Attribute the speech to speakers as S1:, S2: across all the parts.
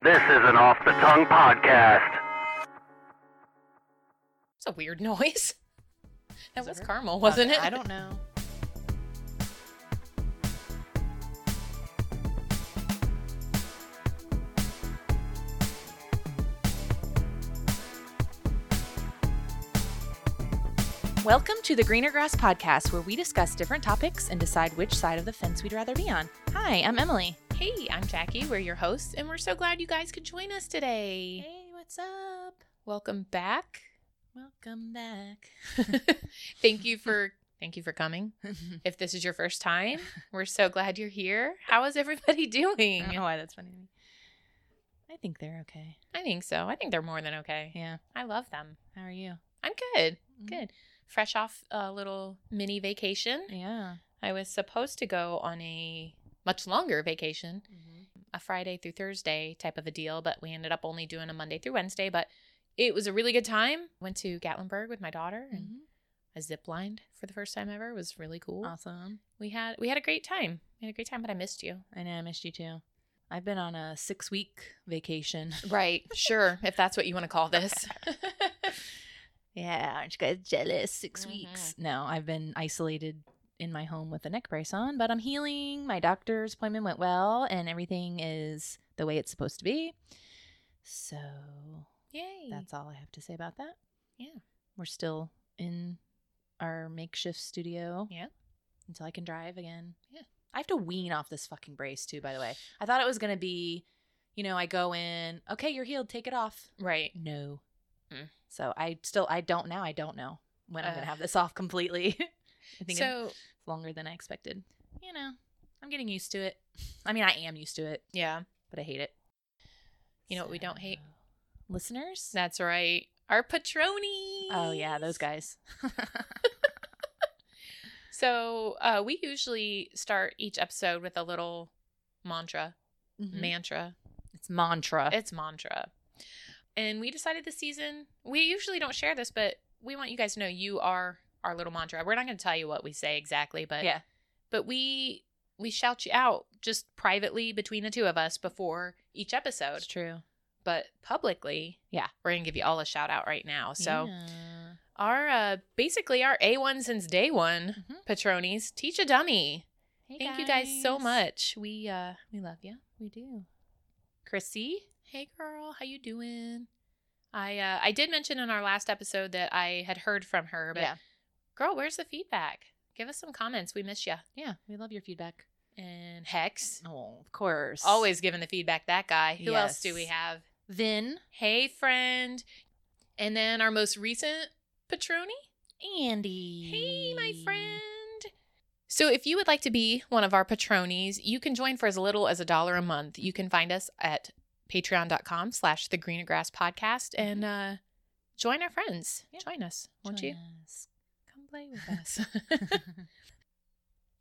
S1: This is an off the tongue podcast.
S2: It's a weird noise. That was
S3: her?
S2: caramel, wasn't it?
S3: I don't know.
S2: Welcome to the Greener Grass Podcast, where we discuss different topics and decide which side of the fence we'd rather be on. Hi, I'm Emily. Hey, I'm Jackie. We're your hosts, and we're so glad you guys could join us today.
S3: Hey, what's up?
S2: Welcome back.
S3: Welcome back.
S2: thank you for thank you for coming. If this is your first time, we're so glad you're here. How is everybody doing?
S3: why that's funny to me. I think they're okay.
S2: I think so. I think they're more than okay.
S3: Yeah.
S2: I love them.
S3: How are you?
S2: I'm good.
S3: Mm.
S2: Good. Fresh off a little mini vacation.
S3: Yeah.
S2: I was supposed to go on a much longer vacation, a Friday through Thursday type of a deal, but we ended up only doing a Monday through Wednesday. But it was a really good time. Went to Gatlinburg with my daughter and
S3: Mm-hmm.
S2: I zip lined for the first time ever. It was really cool.
S3: Awesome.
S2: We had we had a great time. We had a great time, but I missed you.
S3: I know I missed you too. I've been on a six week vacation.
S2: Right. Sure. if that's what you want to call this.
S3: Yeah, aren't you guys jealous? 6
S2: Mhm.
S3: weeks. No, I've been isolated in my home with a neck brace on, but I'm healing. My doctor's appointment went well, and everything is the way it's supposed to be. So
S2: Yay.
S3: that's all I have to say about that.
S2: Yeah.
S3: We're still in our makeshift studio.
S2: Yeah.
S3: Until I can drive again.
S2: Yeah.
S3: I have to wean off this fucking brace too, by the way. I thought it was going to be, you know, I go in, okay, you're healed, take it off.
S2: right.
S3: No. Hmm.
S2: Mm.
S3: So I still I don't now I don't know when I'm
S2: Uh.
S3: gonna have this off completely. I think it's
S2: So
S3: longer than I expected. You know, I'm getting used to it. I mean, I am used to it,
S2: yeah.
S3: but I hate it.
S2: You know what we don't hate?
S3: So- listeners.
S2: That's right. Our Patroni.
S3: Oh yeah, those guys.
S2: So uh, we usually start each episode with a little mantra. Mm-hmm.
S3: Man-
S2: Mantra.
S3: Mm-hmm. it's mantra.
S2: It's mantra. And we decided this season, we usually don't share this, but we want you guys to know you are our little mantra. We're not going to tell you what we say exactly, but
S3: yeah.
S2: but we we shout you out just privately between the two of us before each episode.
S3: It's true.
S2: But publicly,
S3: Yeah.
S2: we're going to give you all a shout out right now. So
S3: Yeah.
S2: our uh, basically our A1 since day one
S3: Mhm.
S2: Patronies, teach a dummy.
S3: Hey,
S2: Thank you guys so much. We uh we love you.
S3: We do.
S2: Chrissy, hey girl, how you doing? I uh I did mention in our last episode that I had heard from her, but
S3: Yeah.
S2: girl, where's the feedback? Give us some comments. We miss you.
S3: Yeah. We love your feedback.
S2: And Hex,
S3: Oh, of course.
S2: always giving the feedback. That guy. Who else do
S3: Yes.
S2: we have?
S3: Vin.
S2: Hey friend. And then our most recent Patroni.
S3: Andy.
S2: Hey, my friend. So, if you would like to be one of our patronies, you can join for as little as a dollar a month. You can find us at patreon.com slash the greener grass podcast and uh, join our friends.
S3: Mm-hmm. Yeah.
S2: Join us, won't
S3: Join
S2: you?
S3: us.
S2: Come play with us.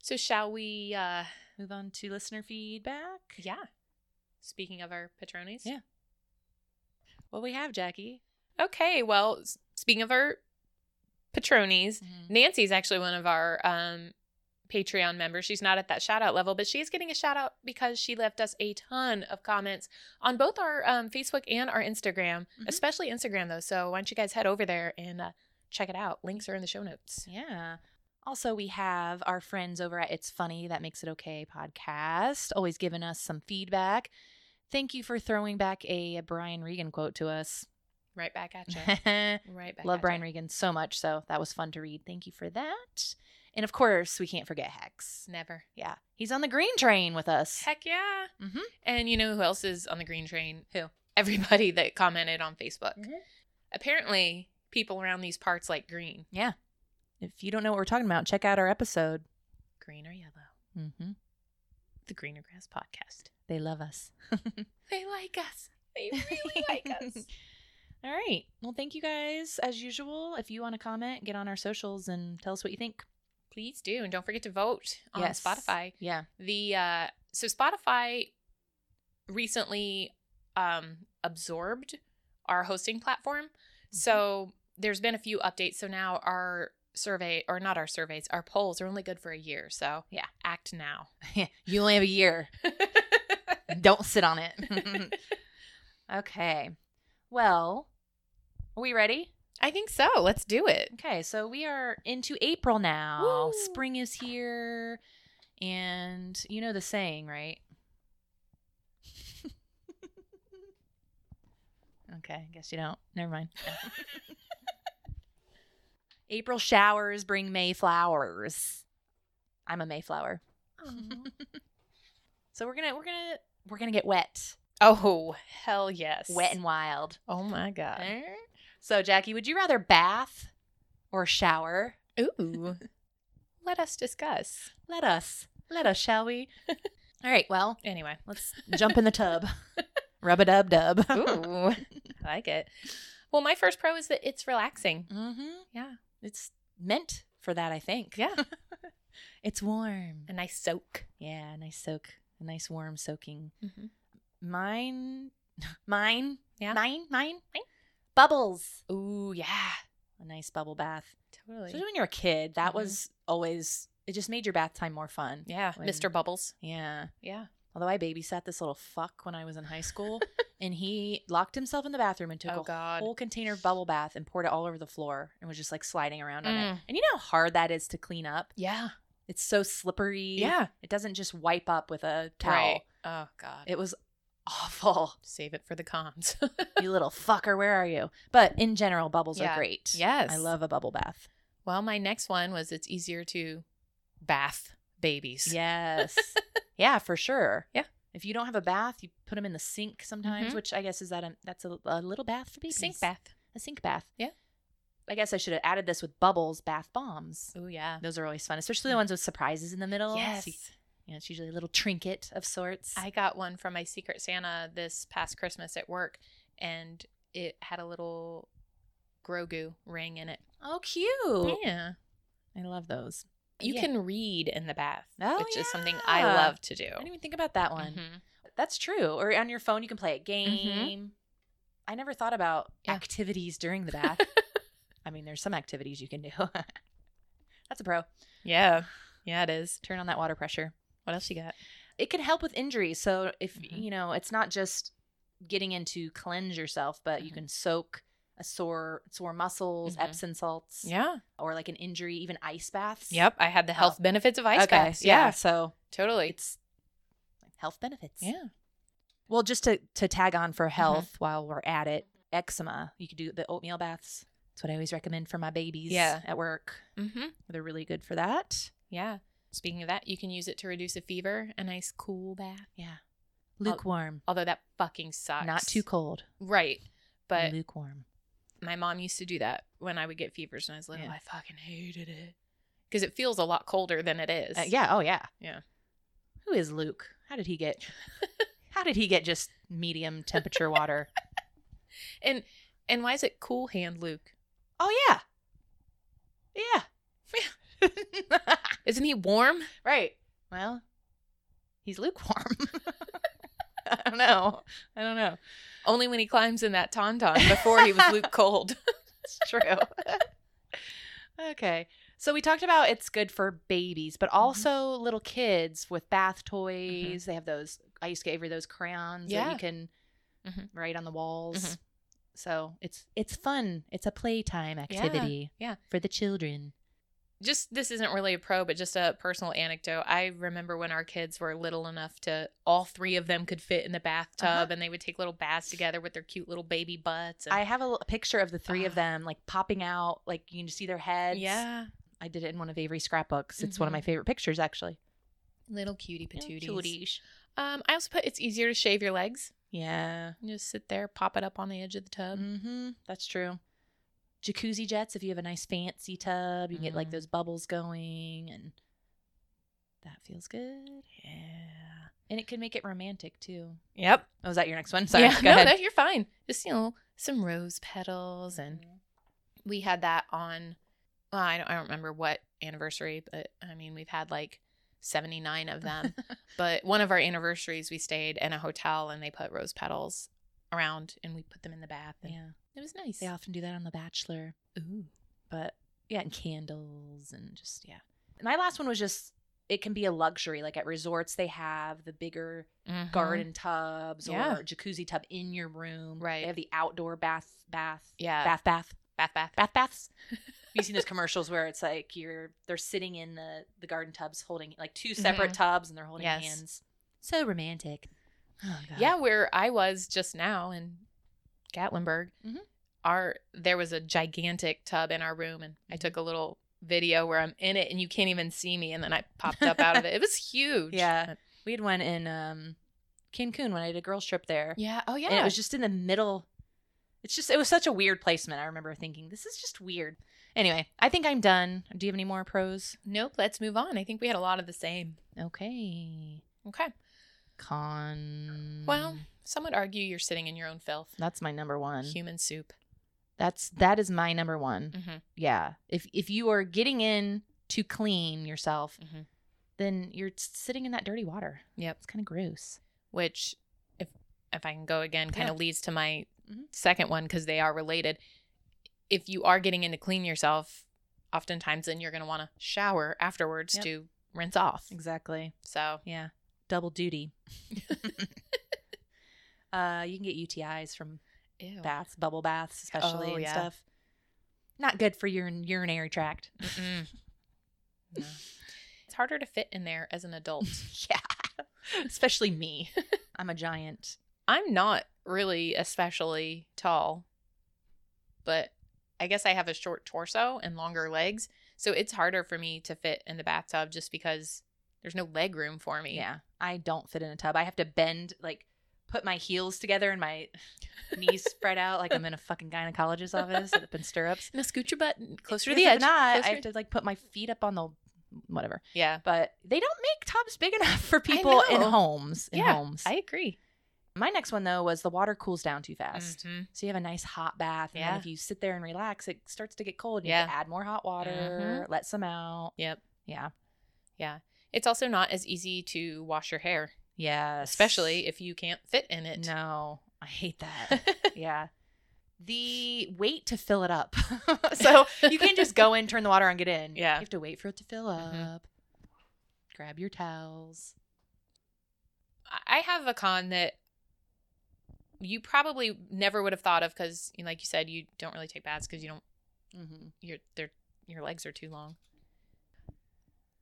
S2: so, shall we? Uh,
S3: Move on to listener feedback.
S2: yeah. Speaking of our patronies.
S3: Yeah. What we have, Jackie.
S2: Okay. Well, s- speaking of our patronies, Nancy's actually one of our um, Patreon members. She's not at that shout out level, but she is getting a shout out because she left us a ton of comments on both our um, Facebook and our Instagram,
S3: Mhm.
S2: especially Instagram, though. So why don't you guys head over there and uh, check it out? Links are in the show notes.
S3: Yeah. Also, we have our friends over at It's Funny That Makes It Okay podcast, always giving us some feedback. Thank you for throwing back a Brian Regan quote to us.
S2: Right back at you. Right back.
S3: Love
S2: at
S3: Brian
S2: ya.
S3: Regan so much. So that was fun to read. Thank you for that. And of course, we can't forget Hex.
S2: Never.
S3: Yeah. He's on the green train with us.
S2: Heck yeah.
S3: Mhm.
S2: And you know who else is on the green train?
S3: Who?
S2: Everybody that commented on Facebook.
S3: Mhm.
S2: Apparently, people around these parts like green.
S3: If you don't know what we're talking about, check out our episode.
S2: Green or yellow.
S3: Mm-hmm.
S2: The Greener Grass Podcast.
S3: They love us.
S2: They like us. They really like us.
S3: All right. Well, thank you guys as usual. If you want to comment, get on our socials and tell us what you think.
S2: Please do, and don't forget to vote on
S3: Yes.
S2: Spotify.
S3: Yeah.
S2: The uh, so Spotify recently um, absorbed our hosting platform. Mm-hmm. So there's been a few updates. So now our survey, or not our surveys, our polls are only good for a year. So
S3: Yeah.
S2: act now.
S3: you only have a year. Don't sit on it. Okay. Well, are we ready?
S2: I think so. Let's do it.
S3: Okay, so we are into April now.
S2: Woo.
S3: Spring is here. And you know the saying, right? okay, I guess you don't. Never mind. April showers bring May flowers. I'm a Mayflower. So we're going to we're going to we're going to get wet.
S2: oh, hell yes.
S3: Wet and wild.
S2: Oh my god.
S3: So Jackie, would you rather bath or shower?
S2: Ooh. Let us discuss.
S3: Let us. Let us, shall we? All right, well,
S2: Anyway.
S3: let's jump in the tub. Rub a dub dub.
S2: Ooh. I like it. Well, my first pro is that it's relaxing.
S3: Mm-hmm.
S2: Yeah.
S3: It's meant for that, I think.
S2: Yeah.
S3: It's warm.
S2: A nice soak.
S3: Yeah, a nice soak. A nice warm soaking.
S2: Mm-hmm.
S3: Mine. Mine.
S2: Yeah.
S3: Mine. Mine. Mine. Bubbles.
S2: Ooh, yeah.
S3: A nice bubble bath.
S2: Totally.
S3: Especially when you're a kid, that
S2: Mhm.
S3: was always, it just made your bath time more fun.
S2: yeah.
S3: when-
S2: Mr. Bubbles.
S3: Yeah.
S2: Yeah.
S3: Although I babysat this little fuck when I was in high school, and he locked himself in the bathroom and took
S2: Oh,
S3: a
S2: God.
S3: whole container of bubble bath and poured it all over the floor and was just like sliding around on it.
S2: Mm.
S3: And you know how hard that is to clean up?
S2: Yeah.
S3: It's so slippery.
S2: Yeah.
S3: It doesn't just wipe up with a towel.
S2: Right. Oh god.
S3: It was awful.
S2: Save it for the cons.
S3: you little fucker, where are you? But in general, bubbles
S2: Yeah.
S3: are great.
S2: yes.
S3: I love a bubble bath.
S2: Well, my next one was it's easier to bath babies.
S3: Yes. yeah, for sure.
S2: Yeah.
S3: If you don't have a bath, you put them in the sink sometimes,
S2: Mhm.
S3: which I guess is that a, that's a, a little bath for babies.
S2: Sink bath.
S3: a sink bath.
S2: Yeah.
S3: I guess I should have added this with bubbles, bath bombs.
S2: Oh yeah.
S3: Those are always fun, especially the ones with surprises in the middle. So
S2: Mm. Yes.
S3: you, you know, it's usually a little trinket of sorts.
S2: I got one from my Secret Santa this past Christmas at work and it had a little Grogu ring in it.
S3: oh, cute.
S2: Yeah.
S3: I love those.
S2: You
S3: Yeah.
S2: can read in the bath,
S3: Oh,
S2: which is something I
S3: yeah.
S2: love to do.
S3: I didn't even think about that one.
S2: Mhm.
S3: That's true. Or on your phone, you can play a game. I never thought about
S2: Mm-hmm. Yeah.
S3: activities during the bath. I mean, there's some activities you can do. That's a pro.
S2: Yeah. Yeah, it is.
S3: Turn on that water pressure.
S2: What else you got?
S3: it can help with injuries. So if
S2: Mhm.
S3: you know, it's not just getting into cleanse yourself, but you
S2: Mhm.
S3: can soak a sore sore muscles,
S2: Mhm.
S3: Epsom salts,
S2: Yeah.
S3: or like an injury, even ice baths.
S2: Yep. I had the health benefits of ice
S3: Oh. okay.
S2: baths.
S3: Yeah.
S2: Yeah.
S3: So
S2: Totally.
S3: it's health benefits.
S2: yeah. Mm-hmm.
S3: Well, just to to tag on for health while we're at it, eczema. You could do the oatmeal baths. That's what I always recommend for my babies
S2: Yeah.
S3: at work.
S2: Mm-hmm.
S3: They're really good for that.
S2: Yeah. Speaking of that, you can use it to reduce a fever, a nice cool bath.
S3: Yeah. Lukewarm.
S2: Although that fucking sucks.
S3: Not too cold.
S2: Right. But
S3: lukewarm.
S2: my mom used to do that when I would get fevers when I was little.
S3: Yeah.
S2: I fucking hated it. Because it feels a lot colder than it is.
S3: Uh, yeah. Oh, yeah.
S2: Yeah.
S3: Who is Luke? How did he get? how did he get just medium temperature water?
S2: And and why is it cool hand Luke?
S3: oh yeah, yeah.
S2: Isn't he warm?
S3: right. Well, he's lukewarm. I don't know. I don't know.
S2: Only when he climbs in that tauntaun. Before he was Luke cold.
S3: It's true. okay. So we talked about it's good for babies, but also little kids with bath toys. They have those. I used to give her those crayons that
S2: Yeah.
S3: you can
S2: Mhm.
S3: write on the walls.
S2: Mhm.
S3: So it's it's fun. It's a playtime activity.
S2: yeah.
S3: For the children.
S2: just this isn't really a pro, but just a personal anecdote. I remember when our kids were little enough to all three of them could fit in the bathtub,
S3: Uh-huh.
S2: and they would take little baths together with their cute little baby butts. And,
S3: I have a, l- picture of the three
S2: Ah.
S3: of them like popping out. Like you can just see their heads.
S2: yeah,
S3: I did it in one of Avery's scrapbooks. It's one of my favorite pictures actually.
S2: little cutie patooties.
S3: Patooties.
S2: Um, I also put it's easier to shave your legs.
S3: Yeah.
S2: You just sit there, pop it up on the edge of the tub.
S3: Mm-hmm. That's true. Jacuzzi jets. If you have a nice fancy tub, you can get like
S2: Mm.
S3: those bubbles going, and that feels good. Yeah. And it can make it romantic too.
S2: Yep.
S3: Oh, is that your next one? Sorry.
S2: Sorry.
S3: Go
S2: no,
S3: ahead.
S2: no, you're fine. Just you know, some rose petals, and
S3: Mm-hmm.
S2: we had that on. Well, I don't, I don't remember what anniversary, but I mean, we've had like seventy nine of them. But one of our anniversaries, we stayed in a hotel and they put rose petals around and we put them in the bath. And
S3: yeah.
S2: It was nice.
S3: They often do that on The Bachelor,
S2: Ooh.
S3: but yeah, and candles and just yeah. My last one was just it can be a luxury. Like at resorts, they have the bigger
S2: Mhm.
S3: garden tubs
S2: Yeah.
S3: or jacuzzi tub in your room.
S2: Right.
S3: They have the outdoor bath, bath,
S2: Yeah.
S3: bath, bath,
S2: bath, bath.
S3: bath baths. You've seen those commercials where it's like you're they're sitting in the the garden tubs, holding like two separate tubs, and they're holding
S2: Yes.
S3: hands. Mm-hmm. So romantic. Oh, God.
S2: Yeah, where I was just now in Gatlinburg,
S3: Mhm.
S2: our there was a gigantic tub in our room, and I
S3: Mm-hmm.
S2: took a little video where I'm in it, and you can't even see me, and then I popped up out of it. It was huge.
S3: Yeah. We had one in um, Cancun when I did a girls trip there.
S2: Yeah. Oh yeah.
S3: And it was just in the middle. It's just it was such a weird placement. I remember thinking this is just weird. Anyway, I think I'm done. Do you have any more pros?
S2: nope. Let's move on. I think we had a lot of the same.
S3: Okay.
S2: Okay.
S3: Con.
S2: Well, some would argue you're sitting in your own filth.
S3: that's my number one.
S2: Human soup.
S3: That's that is my number one.
S2: Mhm.
S3: Yeah. If if you are getting in to clean yourself,
S2: Mhm.
S3: then you're s- sitting in that dirty water.
S2: Yep.
S3: It's kind of gross.
S2: Which, if if I can go again, kind
S3: Yeah.
S2: of leads to my
S3: Mhm.
S2: second one because they are related. If you are getting in to clean yourself, oftentimes then you're going to want to shower afterwards
S3: Yep.
S2: to rinse off.
S3: Exactly.
S2: So
S3: Yeah. Double duty. uh, you can get UTIs from baths, bubble baths, especially
S2: Oh,
S3: and
S2: yeah.
S3: stuff. Not good for your urinary tract.
S2: Mm-mm. No. It's harder to fit in there as an adult.
S3: yeah. Especially me. I'm a giant.
S2: I'm not really especially tall, but I guess I have a short torso and longer legs. So it's harder for me to fit in the bathtub just because there's no leg room for me.
S3: Yeah. I don't fit in a tub. I have to bend, like, put my heels together and my knees spread out like I'm in a fucking gynecologist's office up in stirrups.
S2: Now scoot your butt closer to
S3: If
S2: the
S3: I'm
S2: edge.
S3: Not, I
S2: Closer-
S3: have to, like, put my feet up on the whatever.
S2: yeah.
S3: But they don't make tubs big enough for people in
S2: know.
S3: homes. In
S2: Yeah,
S3: homes.
S2: I agree.
S3: my next one, though, was the water cools down too fast.
S2: Mhm.
S3: So you have a nice hot bath. And
S2: Yeah.
S3: then if you sit there and relax, it starts to get cold. You yeah. have to add more hot water,
S2: Mm-hmm.
S3: let some out.
S2: Yep.
S3: Yeah.
S2: It's also not as easy to wash your hair,
S3: Yeah.
S2: especially if you can't fit in it.
S3: No, I hate that. yeah. The wait to fill it up. so you can't just go in, turn the water on, get in.
S2: Yeah.
S3: You have to wait for it to fill up.
S2: Mhm.
S3: Grab your towels.
S2: I have a con that you probably never would have thought of because, like you said, you don't really take baths because you don't
S3: Mm-hmm.
S2: your their your legs are too long.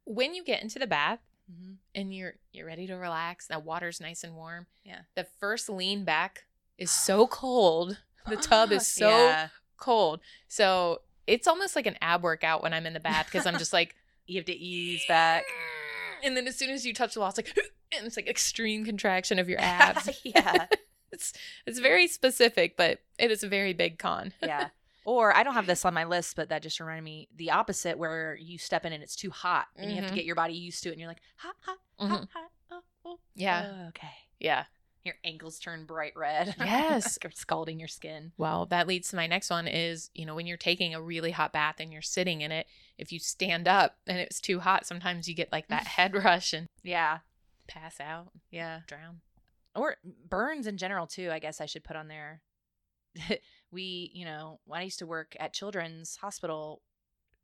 S2: When you get into the bath
S3: Mm-hmm.
S2: and you're you're ready to relax, that water's nice and warm.
S3: Yeah.
S2: The first lean back is so cold. The tub is so cold. So it's almost like an ab workout when I'm in the bath because I'm just like
S3: You have to ease back.
S2: and then as soon as you touch the wall, it's like and it's like extreme contraction of your abs.
S3: yeah.
S2: it's it's very specific, but it is a very big con.
S3: Yeah. Or I don't have this on my list, but that just reminded me the opposite where you step in and it's too hot and you have
S2: Mhm.
S3: to get your body used to it and you're like, hot, hot, hot,
S2: Mhm.
S3: hot. Oh, oh,
S2: Yeah.
S3: oh, okay.
S2: Yeah.
S3: Your ankles turn bright red.
S2: Yes.
S3: You're scalding your skin.
S2: Well, that leads to my next one is, you know, when you're taking a really hot bath and you're sitting in it, if you stand up and it's too hot, sometimes you get like that head rush and
S3: Yeah.
S2: pass out,
S3: Yeah.
S2: drown.
S3: Or burns in general, too, I guess I should put on there. we, you know, when I used to work at Children's Hospital,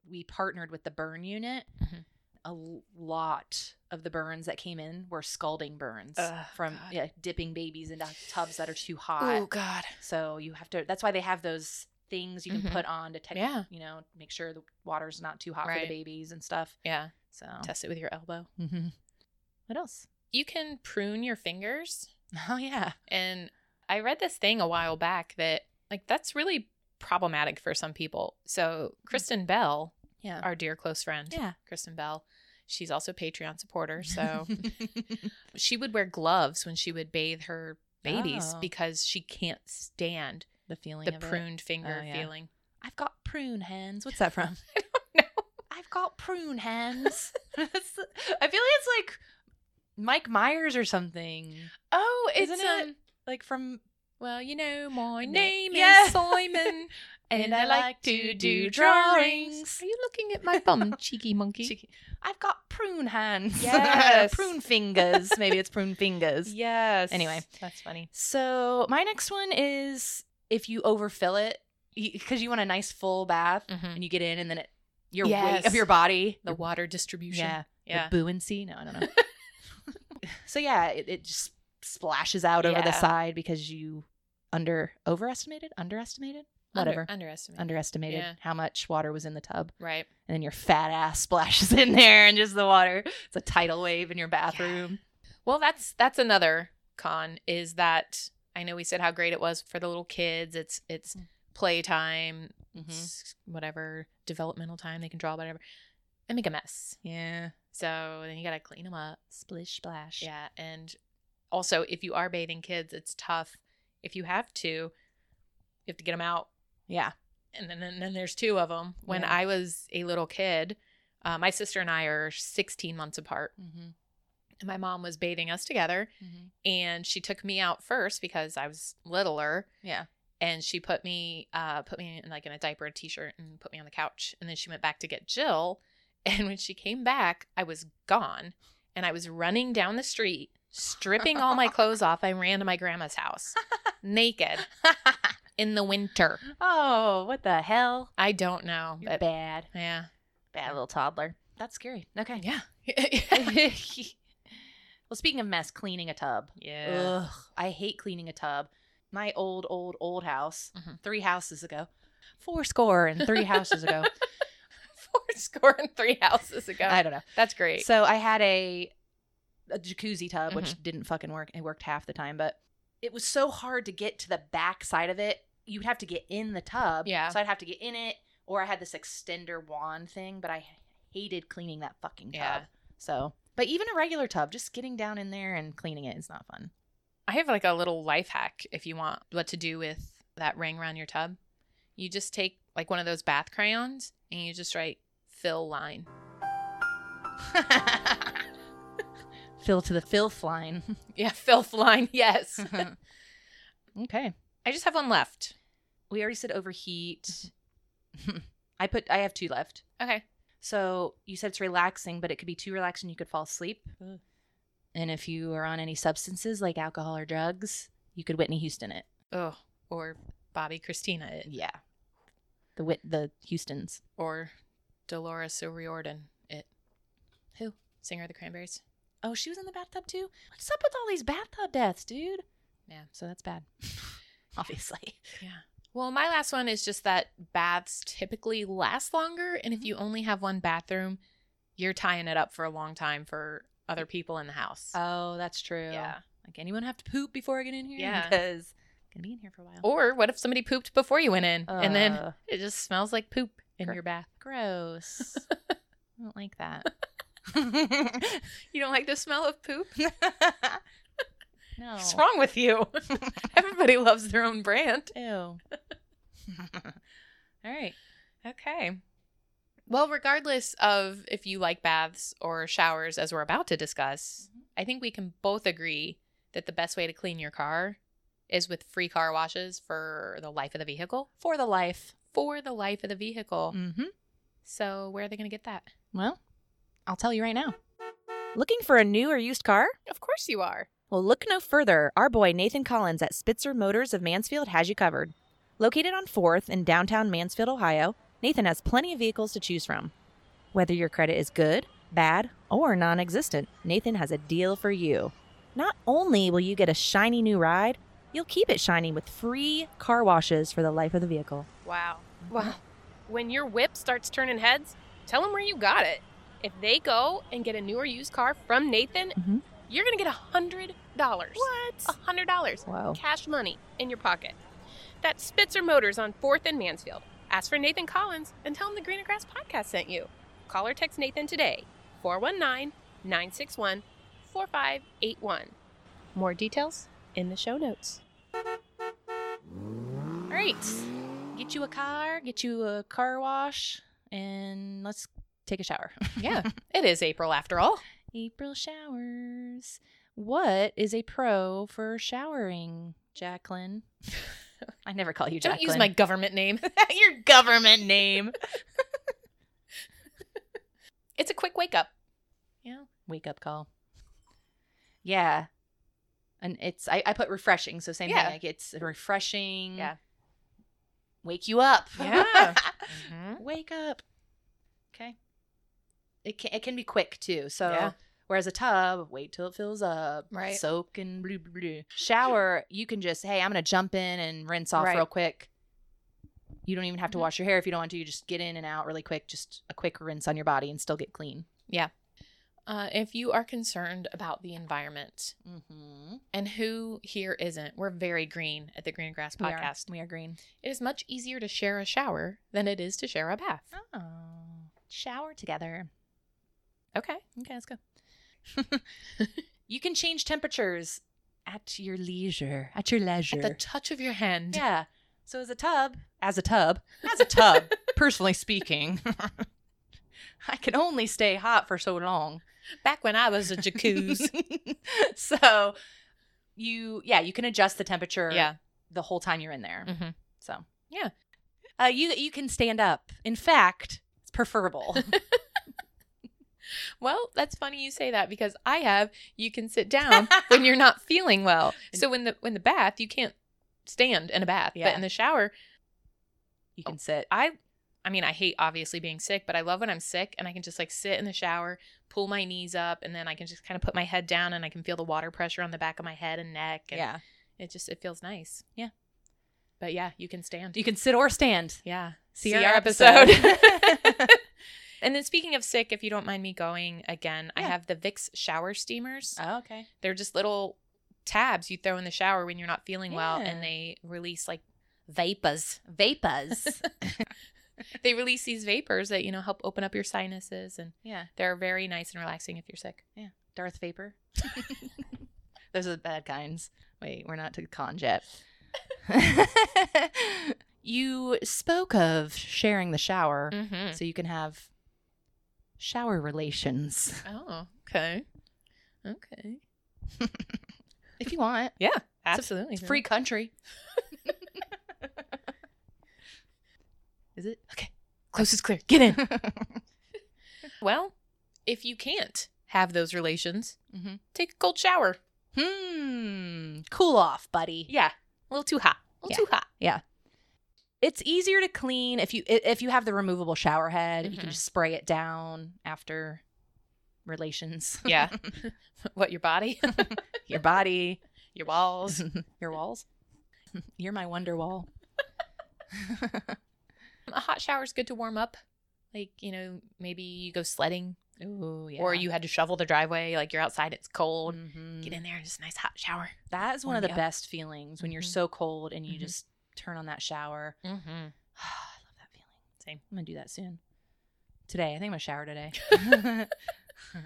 S3: we partnered with the burn unit.
S2: Mhm.
S3: A l- lot of the burns that came in were scalding burns
S2: Ugh,
S3: from
S2: God.
S3: yeah, dipping babies into tubs that are too hot.
S2: God.
S3: So you have to. That's why they have those things you can
S2: Mhm.
S3: put on to, te-
S2: Yeah.
S3: you know, make sure the water's not too hot for
S2: Right.
S3: the babies and stuff.
S2: Yeah.
S3: So
S2: Test it with your elbow.
S3: Mhm. what else?
S2: You can prune your fingers.
S3: Oh yeah,
S2: And I read this thing a while back that, like, that's really problematic for some people. So, Kristen Bell,
S3: Mm. yeah,
S2: our dear close friend,
S3: yeah.
S2: Kristen Bell, she's also a Patreon supporter. So, she would wear gloves when she would bathe her babies
S3: Oh.
S2: because she can't stand
S3: the feeling
S2: the
S3: of it.
S2: pruned finger
S3: Oh, yeah.
S2: feeling.
S3: I've got prune hands. What's that from?
S2: I don't know.
S3: I've got prune hands. That's- I feel like it's like Mike Myers or something.
S2: Oh, it's
S3: Isn't it?
S2: um,
S3: Like from
S2: well, you know, my
S3: Na-
S2: name
S3: Yeah.
S2: is Simon, and I like to do drawings. Are you looking at my bum, cheeky monkey?
S3: Cheeky. I've got prune hands.
S2: Yes.
S3: prune fingers. Maybe it's prune fingers.
S2: Yes.
S3: Anyway.
S2: that's funny.
S3: So my next one is if you overfill it because you want a nice full bath
S2: Mhm.
S3: and you get in and then it your weight
S2: Yes.
S3: of your body.
S2: The water distribution.
S3: Yeah.
S2: Yeah.
S3: Like buoyancy? No, I don't know. so yeah, it, it just splashes out over the
S2: Yeah.
S3: side because you under overestimated, underestimated,
S2: Under-
S3: whatever,
S2: underestimate.
S3: underestimated
S2: Yeah.
S3: how much water was in the tub,
S2: right.
S3: and then your fat ass splashes in there, and just the water. It's a tidal wave in your bathroom.
S2: Well, that's that's another con is that I know we said how great it was for the little kids. It's it's playtime,
S3: Mm-hmm.
S2: s- whatever developmental time they can draw, whatever. They make a mess,
S3: Yeah.
S2: so then you gotta clean them up.
S3: Splish splash.
S2: Yeah, and also if you are bathing kids, it's tough. If you have to, you have to get them out
S3: Yeah.
S2: and then, and then there's two of them. When
S3: Yeah.
S2: I was a little kid, uh, my sister and I are 16 months apart.
S3: Mm-hmm.
S2: And my mom was bathing us together, and she took me out first because I was littler,
S3: Yeah.
S2: and she put me uh, put me in like in a diaper, a t-shirt, and put me on the couch. And then she went back to get Jill, and when she came back, I was gone, and I was running down the street, stripping all my clothes off. I ran to my grandma's house, naked, in the winter.
S3: Mm-hmm. oh, what the hell?
S2: I don't know,
S3: You're
S2: but
S3: bad,
S2: yeah,
S3: bad little toddler. That's scary. Okay.
S2: yeah.
S3: well, speaking of mess, cleaning a tub.
S2: yeah.
S3: Ugh, I hate cleaning a tub. My old, old, old house,
S2: Mhm.
S3: three houses ago, four score and three houses ago.
S2: Four score and three houses ago.
S3: I don't know.
S2: That's great.
S3: So I had a a jacuzzi tub, which
S2: Mm-hmm.
S3: didn't fucking work. It worked half the time, but it was so hard to get to the back side of it. You would have to get in the tub.
S2: Yeah.
S3: So I'd have to get in it, or I had this extender wand thing, but I hated cleaning that fucking tub.
S2: Yeah.
S3: So, but even a regular tub, just getting down in there and cleaning it is not fun.
S2: I have like a little life hack if you want what to do with that ring around your tub. You just take like one of those bath crayons and you just write fill line.
S3: Fill to the filth line.
S2: Yeah, filth line. Yes.
S3: okay.
S2: I just have one left.
S3: We already said overheat. I put, I have two left.
S2: Okay.
S3: So you said it's relaxing, but it could be too relaxing. You could fall asleep.
S2: Ugh.
S3: And if you are on any substances like alcohol or drugs, you could Whitney Houston it.
S2: Oh, or Bobby Christina it,
S3: Yeah. The Whit the Houstons.
S2: or Dolores O'Riordan it.
S3: Who?
S2: Singer of the Cranberries.
S3: Oh, she was in the bathtub too. What's up with all these bathtub deaths, dude?
S2: Yeah.
S3: So that's bad. Obviously.
S2: Well, my last one is just that baths typically last longer. And if you only have one bathroom, you're tying it up for a long time for other people in the house.
S3: Oh, that's true.
S2: yeah.
S3: Like anyone have to poop before I get in here?
S2: Yeah.
S3: Because I'm gonna be in here for a while.
S2: Or what if somebody pooped before you went in and then
S3: Ugh,
S2: it just smells like poop in
S3: Gr-
S2: your bath?
S3: gross. I don't like that.
S2: You don't like the smell of poop?
S3: no.
S2: What's wrong with you? Everybody loves their own brand.
S3: Ew. All right.
S2: Okay. Well, regardless of if you like baths or showers, as we're about to discuss, I think we can both agree that the best way to clean your car is with free car washes for the life of the vehicle.
S3: For the life.
S2: For the life Mm. of the vehicle.
S3: Mm-hmm.
S2: So, where are they going to get that?
S3: Well, I'll tell you right now. Looking for a new or used car?
S2: Of course, you are.
S3: Well, look no further. Our boy Nathan Collins at Spitzer Motors of Mansfield has you covered. Located on 4th in downtown Mansfield, Ohio, Nathan has plenty of vehicles to choose from. Whether your credit is good, bad, or non existent, Nathan has a deal for you. Not only will you get a shiny new ride, you'll keep it shiny with free car washes for the life of the vehicle.
S4: Wow. Wow. When your whip starts turning heads, tell them where you got it. If they go and get a newer used car from Nathan,
S3: Mhm.
S4: you're going to get a $100.
S3: What?
S4: A $100.
S3: Wow.
S4: Cash money in your pocket. That's Spitzer Motors on 4th and Mansfield. Ask for Nathan Collins and tell him the Greener Grass podcast sent you. Call or text Nathan today, 419 961 4581. More details in the show notes.
S3: All right. Get you a car, get you a car wash, and let's take a shower.
S2: Yeah. it is April after all.
S3: April showers. What is a pro for showering, Jacqueline? I never call you
S2: Don't
S3: Jacqueline.
S2: use my government name.
S3: your government name.
S2: It's a quick wake up. Yeah.
S3: Wake up call. Yeah. And it's I, I put refreshing, so same
S2: Yeah.
S3: thing. Like it's refreshing.
S2: Yeah.
S3: Wake you up. Mm-hmm.
S2: Yeah.
S3: Wake up. Okay. it can, it can be quick too. So
S2: Yeah.
S3: whereas a tub, wait till it fills up,
S2: Right.
S3: Soak and blah, blah, blah. shower. You can just hey, I'm gonna jump in and rinse off
S2: Right.
S3: real quick. You don't even have to
S2: Mhm.
S3: wash your hair if you don't want to. You just get in and out really quick, just a quick rinse on your body and still get clean.
S2: Uh, if you are concerned about the environment,
S3: Mm-hmm.
S2: and who here isn't, we're very green at the Green Grass Podcast.
S3: We are green.
S2: It is much easier to share a shower than it is to share a bath.
S3: Oh, shower together.
S2: Okay.
S3: Okay, let's go. you can change temperatures at your leisure. At your leisure.
S2: At the touch of your hand.
S3: yeah. So as a tub, as a tub, as a tub, personally speaking, I can only stay hot for so long.
S2: Back when I was a jacuzzi.
S3: so you yeah, you can adjust the temperature
S2: yeah.
S3: the whole time you're in there.
S2: Mm-hmm.
S3: So
S2: Yeah.
S3: Uh, you you can stand up. In fact, it's preferable.
S2: Well, that's funny you say that because I have you can sit down when you're not feeling well. So when the when the bath, you can't stand in a bath,
S3: Yeah.
S2: but in the shower, oh.
S3: you can sit.
S2: I I mean, I hate obviously being sick, but I love when I'm sick and I can just like sit in the shower, pull my knees up, and then I can just kind of put my head down and I can feel the water pressure on the back of my head and neck and
S3: Yeah.
S2: it just it feels nice.
S3: Yeah.
S2: But yeah, you can stand.
S3: You can sit or stand.
S2: yeah.
S3: See
S2: See
S3: our
S2: our
S3: episode.
S2: And then speaking of sick, if you don't mind me going again, I
S3: Yeah.
S2: have the Vicks shower steamers.
S3: oh, okay.
S2: They're just little tabs you throw in the shower when you're not feeling well,
S3: Yeah.
S2: and they release like vapors.
S3: Vapas.
S2: They release these vapors that you know help open up your sinuses, and
S3: yeah.
S2: they're very nice and relaxing if you're sick.
S3: Darth Vapor. Those are the bad kinds. Wait, we're not to cons yet. you spoke of sharing the shower
S2: Mm-hmm.
S3: so you can have shower relations
S2: Oh, okay, okay,
S3: if you want.
S2: yeah, absolutely,
S3: It's a free country. Is it? Okay.
S2: Close is clear. Get in. well, if you can't have those relations,
S3: Mhm.
S2: take a cold shower.
S3: Hmm. Cool off, buddy.
S2: Yeah, a little too hot. A little too hot.
S3: it's easier to clean if you i- if you have the removable shower head you can
S2: Mhm.
S3: just spray it down after relations
S2: Yeah. what your body,
S3: your body
S2: your walls.
S3: your walls you're my wonder wall
S2: a hot shower is good to warm up. Like, you know, maybe you go sledding
S3: Ooh, yeah.
S2: or you had to shovel the driveway, like you're outside, it's cold.
S3: Mhm.
S2: Get in there and just a nice hot shower.
S3: that is one of
S2: warm
S3: the
S2: you up.
S3: best feelings when you're
S2: Mhm.
S3: so cold and you
S2: Mhm.
S3: just turn on that shower
S2: Mm-hmm.
S3: i love that feeling
S2: Same.
S3: i'm gonna do that soon today i think i'm gonna shower today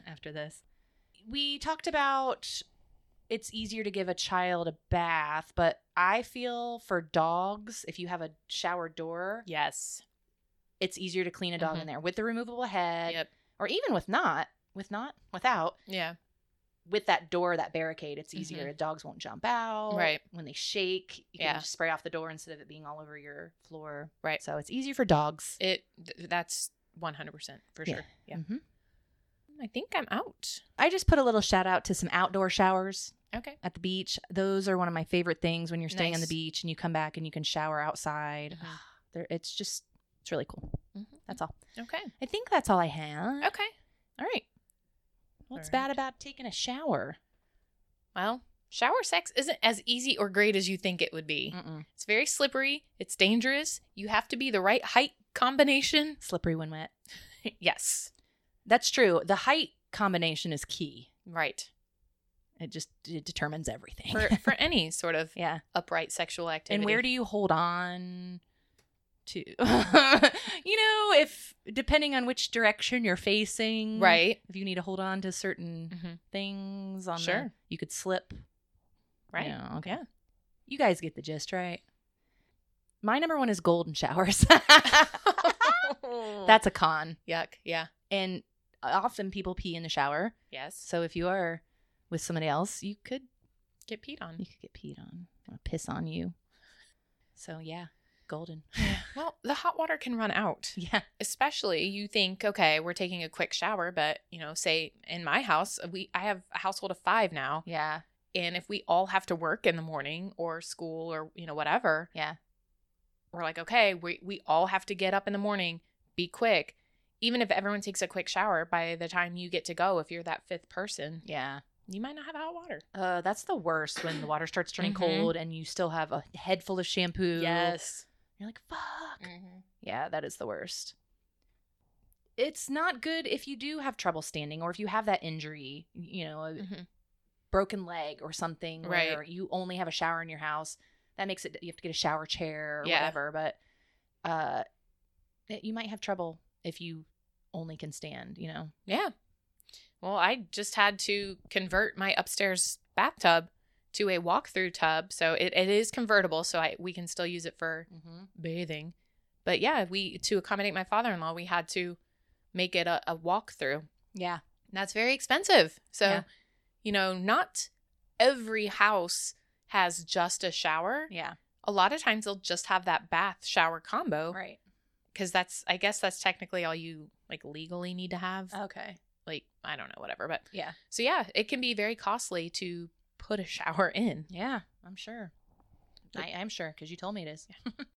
S3: after this we talked about it's easier to give a child a bath, but I feel for dogs, if you have a shower door,
S2: Yes.
S3: it's easier to clean a dog
S2: Mhm.
S3: in there with the removable head
S2: Yep.
S3: or even with not, with not, without,
S2: Yeah.
S3: with that door, that barricade, it's easier. Dogs won't jump out.
S2: Right.
S3: When they shake, you
S2: Yeah.
S3: can just spray off the door instead of it being all over your floor.
S2: Right.
S3: So it's easier for dogs.
S2: It th- that's 100% for
S3: Yeah.
S2: sure. Yeah.
S3: Mhm.
S2: I think I'm out.
S3: I just put a little shout out to some outdoor showers.
S2: Okay.
S3: at the beach. Those are one of my favorite things when you're staying on the
S2: Nice.
S3: beach and you come back and you can shower outside.
S2: Mhm.
S3: There, it's just it's really cool. Ah, That's all.
S2: Mm-hmm. Okay.
S3: I think that's all I have.
S2: Okay.
S3: All right. What's
S2: All
S3: bad about taking a shower?
S2: Well, shower sex isn't as easy or great as you think it would be.
S3: Mm-mm.
S2: It's very slippery, it's dangerous. You have to be the right height combination.
S3: Slippery when wet.
S2: yes.
S3: That's true. The height combination is key.
S2: Right.
S3: It just it determines everything.
S2: For for any sort of
S3: yeah.
S2: upright sexual activity.
S3: And where do you hold on to? you know, if depending on which direction you're facing,
S2: Right.
S3: If you need to hold on to certain
S2: Mhm.
S3: things on the-
S2: Sure.
S3: you could slip
S2: Right.
S3: Yeah, okay.
S2: Yeah.
S3: You guys get the gist, right? My number one is golden showers.
S2: That's
S3: That's a con.
S2: yuck. Yeah.
S3: And often people pee in the shower.
S2: Yes.
S3: So if you are with somebody else, you could
S2: Get peed on.
S3: you could get peed on. Or piss on you. So yeah, golden.
S2: Well, the hot water can run out.
S3: Yeah.
S2: Especially you think, okay, we're taking a quick shower, but you know, say in my house, uh, we I have a household of five now,
S3: Yeah.
S2: and if we all have to work in the morning or school or you know whatever,
S3: Yeah.
S2: we're like, okay, we we all have to get up in the morning, be quick. even if everyone takes a quick shower, by the time you get to go, if you're that fifth person,
S3: Yeah.
S2: you might not have hot water.
S3: Uh, that's the worst when the water starts turning
S2: Mhm.
S3: cold and you still have a head full of shampoo. You're like, fuck.
S2: Mm.
S3: Mm-hmm. Yeah, that is the worst. It's not good if you do have trouble standing or if you have that injury, you know, a
S2: Mhm.
S3: broken leg or something
S2: Right.
S3: where you only have a shower in your house. That makes it you have to get a shower chair or
S2: Yeah.
S3: whatever, but uh it- you might have trouble if you only can stand, you know.
S2: Yeah. Well, I just had to convert my upstairs bathtub to a walk-through tub, so it, it is convertible, so I we can still use it for
S3: Mm-hmm.
S2: bathing. But yeah, we to accommodate my father-in-law, we had to make it a, a walk-through.
S3: Yeah.
S2: And that's very expensive. So,
S3: Yeah.
S2: you know, not every house has just a shower.
S3: Yeah.
S2: A lot of times they'll just have that bath shower combo
S3: Right.
S2: because that's I guess that's technically all you like legally need to have.
S3: Okay.
S2: like I don't know whatever, but
S3: Yeah.
S2: So yeah, it can be very costly to put a shower in.
S3: Yeah, I'm sure. I, I'm sure because you told me it is.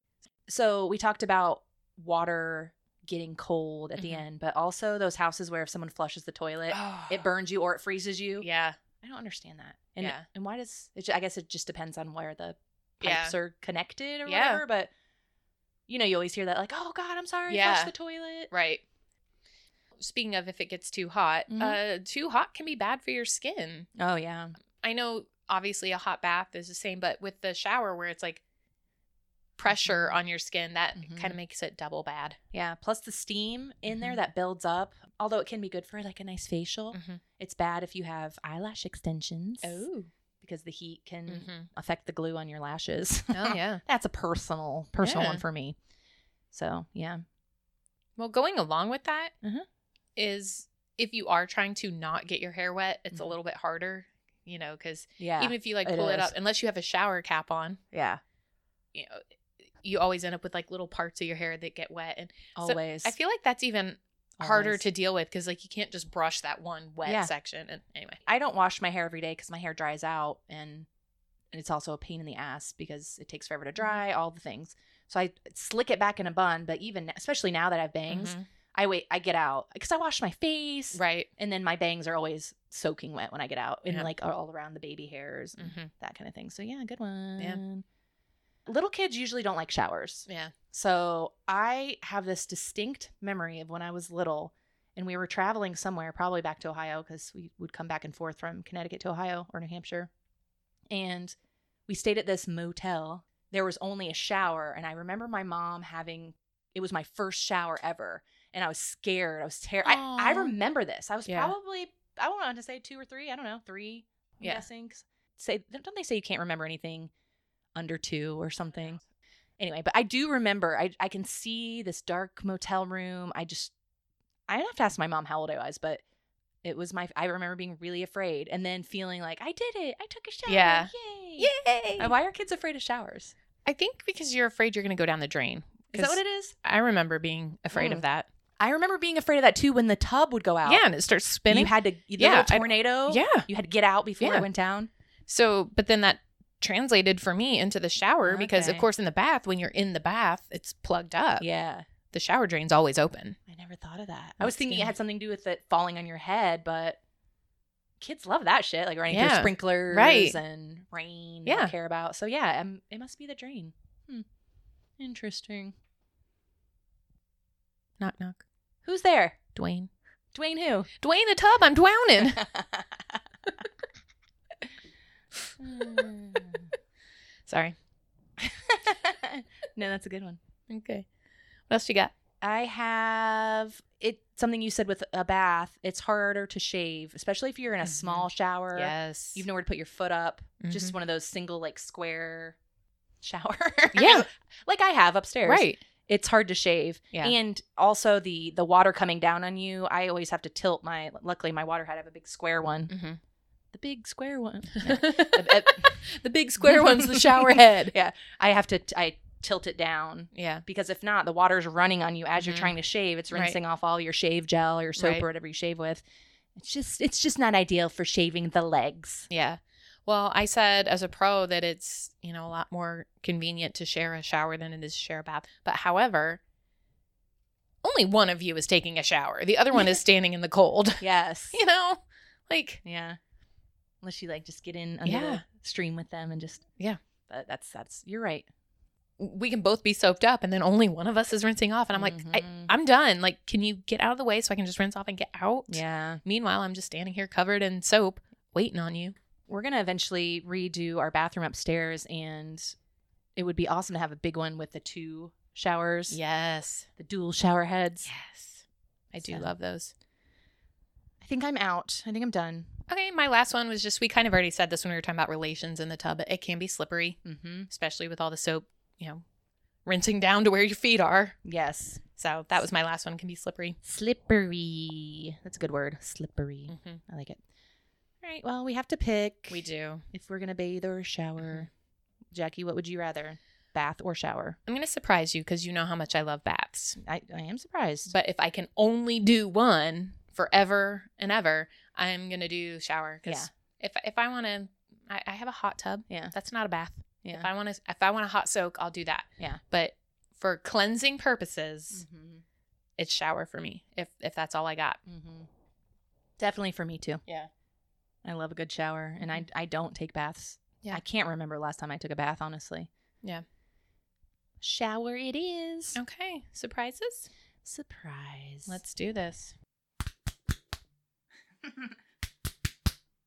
S3: so we talked about water getting cold at the
S2: Mhm.
S3: end, but also those houses where if someone flushes the toilet, it burns you or it freezes you.
S2: Yeah.
S3: I don't understand that. And
S2: Yeah.
S3: and why does it? ju- I guess it just depends on where the
S2: Yeah.
S3: pipes are connected or
S2: Yeah.
S3: whatever. But you know, you always hear that like, "Oh God, I'm sorry,
S2: Yeah.
S3: flush the toilet."
S2: Right. Speaking of if it gets too hot, uh
S3: Mhm.
S2: too hot can be bad for your skin.
S3: Oh yeah,
S2: I know obviously a hot bath is the same, but with the shower where it's like pressure on your skin, that
S3: Mhm.
S2: kind of makes it double bad.
S3: yeah. Plus the steam in there
S2: Mhm.
S3: that builds up. Although it can be good for like a nice facial, it's bad if you have eyelash extensions.
S2: Mm-hmm. Oh.
S3: because the heat can
S2: Mhm.
S3: affect the glue on your lashes.
S2: Oh yeah.
S3: That's a personal personal
S2: Yeah.
S3: one for me. So yeah.
S2: Well, going along with that is
S3: Mhm.
S2: if you are trying to not get your hair wet, it's a
S3: Mhm.
S2: little bit harder, you know, because
S3: Yeah.
S2: even if you like
S3: it
S2: pull it
S3: is.
S2: up, unless you have a shower cap on,
S3: yeah.
S2: you know, you always end up with like little parts of your hair that get wet. And So,
S3: Always.
S2: I feel like that's even harder
S3: Always.
S2: to deal with because like you can't just brush that one wet
S3: Yeah.
S2: section. And anyway,
S3: I don't wash my hair every day because my hair dries out and it's also a pain in the ass because it takes forever to dry, all the things. So I slick it back in a bun, but even especially now that I have bangs,
S2: Mhm.
S3: I wait, I get out because I wash my face,
S2: right?
S3: and then my bangs are always soaking wet when I get out, and
S2: Yeah.
S3: like are all around the baby hairs, and
S2: Mhm.
S3: that kind of thing. So yeah, good one. Little kids usually don't like showers.
S2: Yeah.
S3: So I have this distinct memory of when I was little and we were traveling somewhere, probably back to Ohio, because we would come back and forth from Connecticut to Ohio or New Hampshire. And we stayed at this motel. There was only a shower. And I remember my mom having, it was my first shower ever. And I was scared. I was terrified. I, I
S2: Aw.
S3: remember this. I was
S2: Yeah.
S3: probably, I want to say two or three. I don't know, three, I'm
S2: Yeah.
S3: guessing. 'Cause Say, don't they say you can't remember anything under two or something? anyway, but I do remember I I can see this dark motel room. I just I have to ask my mom how old I was, but it was my I remember being really afraid and then feeling like I did it. I took a shower.
S2: Yeah.
S3: Yay.
S2: Yay!
S3: Uh, Why are kids afraid of showers?
S2: I think because you're afraid you're going to go down the drain.
S3: Is that
S2: 'Cause
S3: what it is?
S2: I remember being afraid of
S3: Mm.
S2: that.
S3: I remember being afraid of that too when the tub would go out.
S2: Yeah, and it starts spinning.
S3: You had to the
S2: Yeah,
S3: little
S2: I-
S3: tornado.
S2: yeah.
S3: You had to get out before
S2: Yeah.
S3: it went down.
S2: So, but then that translated for me into the shower because, of
S3: Okay.
S2: course, in the bath, when you're in the bath, it's plugged up.
S3: Yeah.
S2: The shower drain's always open.
S3: I never thought of that. I
S2: That's
S3: was thinking
S2: scary.
S3: it had something to do with it falling on your head, but kids love that shit, like running
S2: Yeah.
S3: through sprinklers
S2: Right.
S3: and rain. Yeah,
S2: Yeah.
S3: care about. So yeah, um, it must be the drain. Hmm. Interesting.
S2: Knock, knock.
S3: Who's there?
S2: Dwayne.
S3: Dwayne who?
S2: Dwayne the tub, I'm drowning. Hmm. Sorry.
S3: no, that's a good one.
S2: Okay. What else you got?
S3: I have it. Something you said with a bath. It's harder to shave, especially if you're in a
S2: Mhm.
S3: small shower.
S2: Yes.
S3: You've nowhere to put your foot up.
S2: Mhm.
S3: Just one of those single like square shower.
S2: Yeah.
S3: like I have upstairs.
S2: Right.
S3: It's hard to shave.
S2: Yeah.
S3: And also the the water coming down on you. I always have to tilt my luckily my water head I have a big square one.
S2: hmm
S3: The big square one.
S2: the, big square one's the shower head.
S3: yeah. I have to I tilt it down
S2: Yeah.
S3: because if not the water's running on you as you're
S2: Mhm.
S3: trying to shave. It's
S2: Right.
S3: rinsing off all your shave gel or your soap
S2: Right.
S3: or whatever you shave with. It's just it's just not ideal for shaving the legs.
S2: Yeah. Well, I said as a pro that it's, you know, a lot more convenient to share a shower than it is to share a bath. But however, only one of you is taking a shower. The other one is standing in the cold.
S3: Yes.
S2: You know, like
S3: Yeah. Unless you like just get in under
S2: Yeah.
S3: the stream with them and just
S2: Yeah.
S3: But that's that's you're right.
S2: we can both be soaked up, and then only one of us is rinsing off. And I'm like, I,
S3: Mhm.
S2: I'm done. Like, can you get out of the way so I can just rinse off and get out?
S3: yeah.
S2: Meanwhile, I'm just standing here covered in soap, waiting on you.
S3: We're gonna eventually redo our bathroom upstairs, and it would be awesome to have a big one with the two showers,
S2: Yes.
S3: the dual shower heads.
S2: Yes. I do
S3: So-
S2: love those.
S3: I think I'm out. I think I'm done.
S2: Okay, my last one was just we kind of already said this when we were talking about relations in the tub. It can be slippery,
S3: Mm-hmm.
S2: especially with all the soap, you know, rinsing down to where your feet are.
S3: Yes.
S2: So that was my last one. Can be slippery.
S3: Slippery. That's a good word. Slippery.
S2: Mm-hmm.
S3: I like it. All right. Well, we mm-hmm. have to pick.
S2: We do.
S3: If we're gonna bathe or shower, Jackie, what would you rather, bath or shower?
S2: I'm gonna surprise you because you know how much I love baths.
S3: I, I am surprised.
S2: But if I can only do one forever and ever, I'm gonna do shower. Because if if I want to, I, I have a hot tub.
S3: Yeah.
S2: that's not a bath.
S3: Yeah.
S2: If I want to, if I want a hot soak, I'll do that.
S3: Yeah.
S2: But for cleansing purposes,
S3: Mhm.
S2: it's shower for me. If if that's all I got.
S3: Mm-hmm. Definitely for me too. Mm-hmm.
S2: Yeah.
S3: I love a good shower, and I I don't take baths.
S2: Yeah.
S3: I can't remember last time I took a bath, honestly.
S2: Yeah.
S3: Shower it is.
S2: Okay. Surprises.
S3: Surprise.
S2: Let's do this.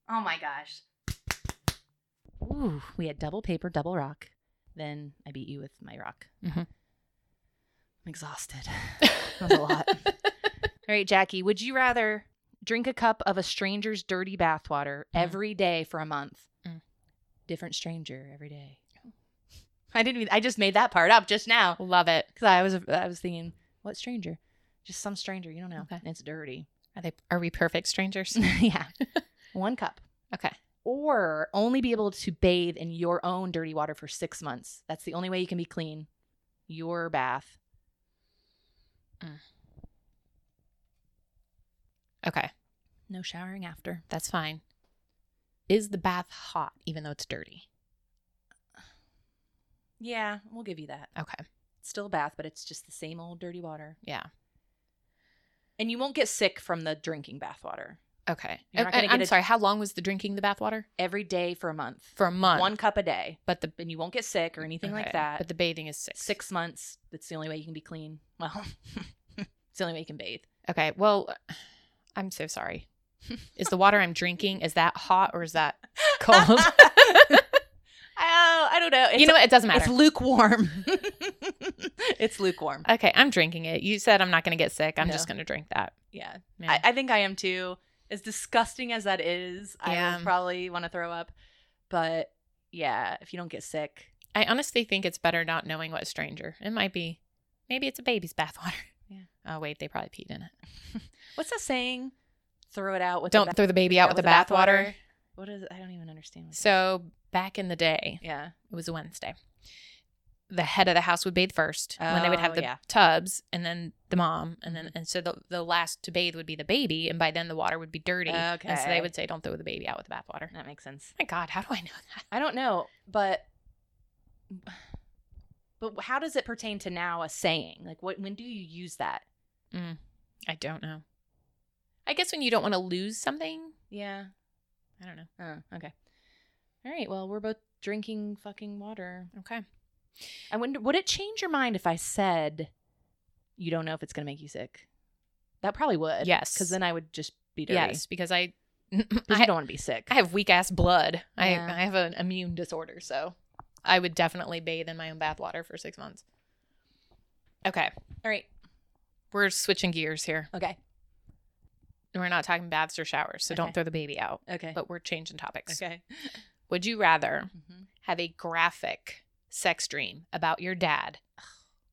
S3: oh my gosh. Ooh, we had double paper, double rock. Then I beat you with my rock.
S2: Mhm.
S3: I'm exhausted. That was a lot. All right, Jackie, would you rather drink a cup of a stranger's dirty bathwater
S2: Mm.
S3: every day for a month?
S2: Mm.
S3: Different stranger every day. I didn't. Even, I just made that part up just now
S2: Love it.
S3: because I was I was thinking, what stranger? Just some stranger you don't know.
S2: Okay.
S3: And It's dirty.
S2: Are they? Are we perfect strangers?
S3: yeah, one cup.
S2: okay.
S3: Or only be able to bathe in your own dirty water for six months. That's the only way you can be clean. Your bath. Mm.
S2: Okay.
S3: No showering after.
S2: That's fine. Is the bath hot even though it's dirty?
S3: Yeah, we'll give you that.
S2: Okay.
S3: Still a bath, but it's just the same old dirty water.
S2: Yeah.
S3: And you won't get sick from the drinking bath water
S2: Okay.
S3: You're
S2: And-
S3: not gonna
S2: and I'm
S3: get a-
S2: sorry. How long was the drinking the bathwater?
S3: every day for a month.
S2: For a month.
S3: One cup a day.
S2: But the
S3: And you won't get sick or anything like
S2: okay.
S3: that.
S2: But the bathing is six.
S3: six months, that's the only way you can be clean. Well, it's the only way you can bathe.
S2: Okay. Well, I'm so sorry. Is the water I'm drinking is that hot or is that cold?
S3: oh, I don't know. It's,
S2: you know what? It doesn't
S3: it's
S2: matter.
S3: lukewarm. it's lukewarm.
S2: Okay, I'm drinking it. You said I'm not going to get sick. I'm
S3: No.
S2: just going to drink that.
S3: Yeah.
S2: Yeah.
S3: I, I think I am too. As disgusting as that is, I
S2: Yeah.
S3: would probably want to throw up. But yeah, if you don't get sick,
S2: I honestly think it's better not knowing what stranger. It might be, maybe it's a baby's bathwater.
S3: Yeah.
S2: Oh wait, they probably peed in it.
S3: what's that saying? Throw it out with
S2: Don't
S3: the
S2: throw the baby out with the bathwater.
S3: bathwater. What is? I don't even understand. What that-
S2: So back in the day,
S3: yeah,
S2: it was a Wednesday. The head of the house would bathe first when they would
S3: Oh,
S2: have the
S3: yeah. Mm-hmm.
S2: tubs, and then the mom, and then and so the the last to bathe would be the baby, and by then the water would be dirty. And so
S3: Okay.
S2: they would say, "Don't throw the baby out with the bathwater."
S3: that makes sense.
S2: my God, how do I know that?
S3: I don't know, but but how does it pertain to now? A saying like what? When do you use that?
S2: I don't know. I guess when you don't want to lose something,
S3: Yeah.
S2: I don't know.
S3: Oh, okay. All right. Well, we're both drinking fucking water.
S2: Okay,
S3: I wonder, would it change your mind if I said you don't know if it's going to make you sick? That probably would.
S2: Yes.
S3: Because then I would just be dirty.
S2: yes, because I
S3: Because you
S2: I,
S3: don't want to be sick.
S2: I have weak ass blood.
S3: Yeah.
S2: I I have an immune disorder, so I would definitely bathe in my own bathwater for six months. Okay,
S3: All right.
S2: we're switching gears here.
S3: Okay.
S2: We're not talking baths or showers, so
S3: Okay.
S2: don't throw the baby out.
S3: Okay.
S2: But we're changing topics.
S3: okay.
S2: Would you rather
S3: Mhm.
S2: have a graphic sex dream about your dad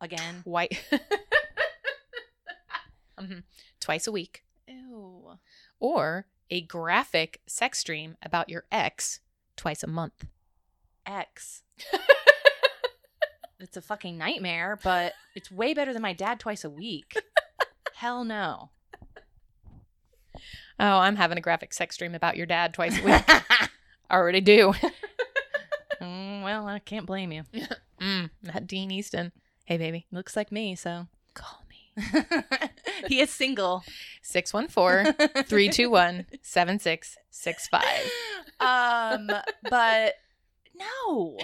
S3: Again.
S2: twi- Mhm. twice a week
S3: Ew.
S2: or a graphic sex dream about your ex twice a month?
S3: X. it's a fucking nightmare, but it's way better than my dad twice a week. Hell no.
S2: Oh, I'm having a graphic sex dream about your dad twice a week. I already do.
S3: Mm, well, I can't blame you.
S2: Mm, that Dean Easton. Hey, baby.
S3: Looks like me, so.
S2: Call me.
S3: he is single.
S2: 614 321 7665.
S3: Um, but no.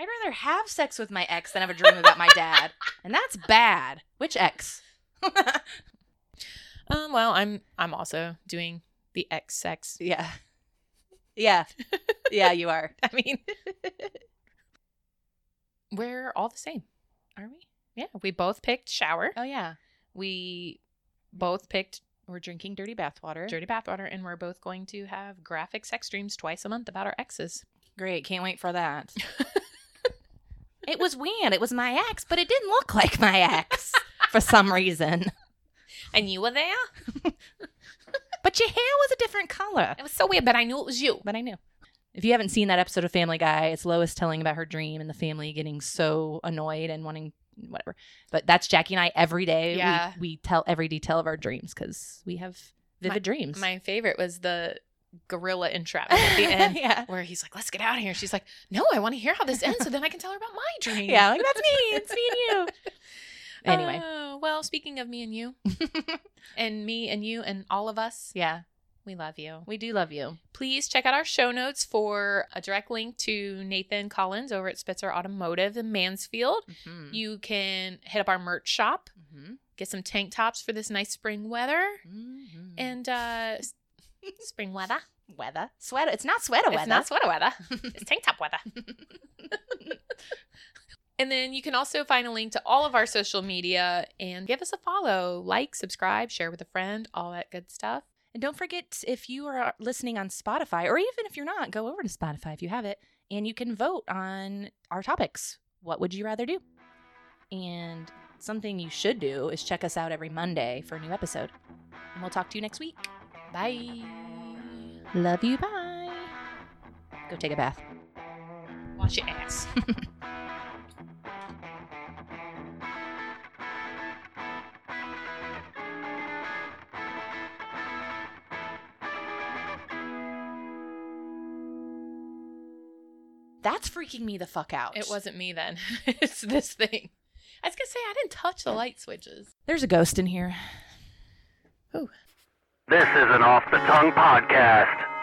S3: I'd rather have sex with my ex than have a dream about my dad. And that's bad. Which ex?
S2: Um, well, I'm I'm also doing the X sex.
S3: yeah. Yeah. Yeah, you are.
S2: I mean, we're all the same.
S3: Are we?
S2: Yeah, we both picked shower.
S3: Oh yeah.
S2: We both picked
S3: We're drinking dirty bathwater.
S2: dirty bathwater, and we're both going to have graphic sex dreams twice a month about our exes.
S3: Great. Can't wait for that. it was weird. It was my ex, but it didn't look like my ex for some reason.
S2: And you were there.
S3: But your hair was a different color.
S2: It was so weird, but I knew it was you.
S3: But I knew. If you haven't seen that episode of Family Guy, it's Lois telling about her dream and the family getting so annoyed and wanting whatever. But that's Jackie and I every day. We-
S2: Yeah.
S3: We, tell every detail of our dreams because we have vivid dreams.
S2: My favorite was the gorilla entrapment at the end,
S3: yeah.
S2: where he's like, "Let's get out of here." She's like, "No, I want to hear how this ends, so then I can tell her about my dream."
S3: Yeah. Like, that's me. It's me and you. Anyway.
S2: Oh, well, speaking of me and you, and me and you and all of us,
S3: yeah.
S2: we love you.
S3: We do love you.
S2: Please check out our show notes for a direct link to Nathan Collins over at Spitzer Automotive in Mansfield.
S3: Mhm.
S2: You can hit up our merch shop,
S3: Mhm.
S2: get some tank tops for this nice spring weather,
S3: Mhm.
S2: and uh, s- spring weather.
S3: weather sweater. It's not sweater weather.
S2: It's not sweater weather. It's tank top weather. and then you can also find a link to all of our social media and give us a follow, like, subscribe, share with a friend, all that good stuff.
S3: And don't forget if you are uh, listening on Spotify, or even if you're not, go over to Spotify if you have it, and you can vote on our topics. What would you rather do? And something you should do is check us out every Monday for a new episode. And we'll talk to you next week.
S2: Bye.
S3: Love you. Bye. Go take a bath.
S2: Wash your ass.
S3: That's freaking me the fuck out.
S2: It wasn't me then. it's this thing. I was gonna say I didn't touch the light switches.
S3: There's a ghost in here.
S1: This is an off the tongue podcast.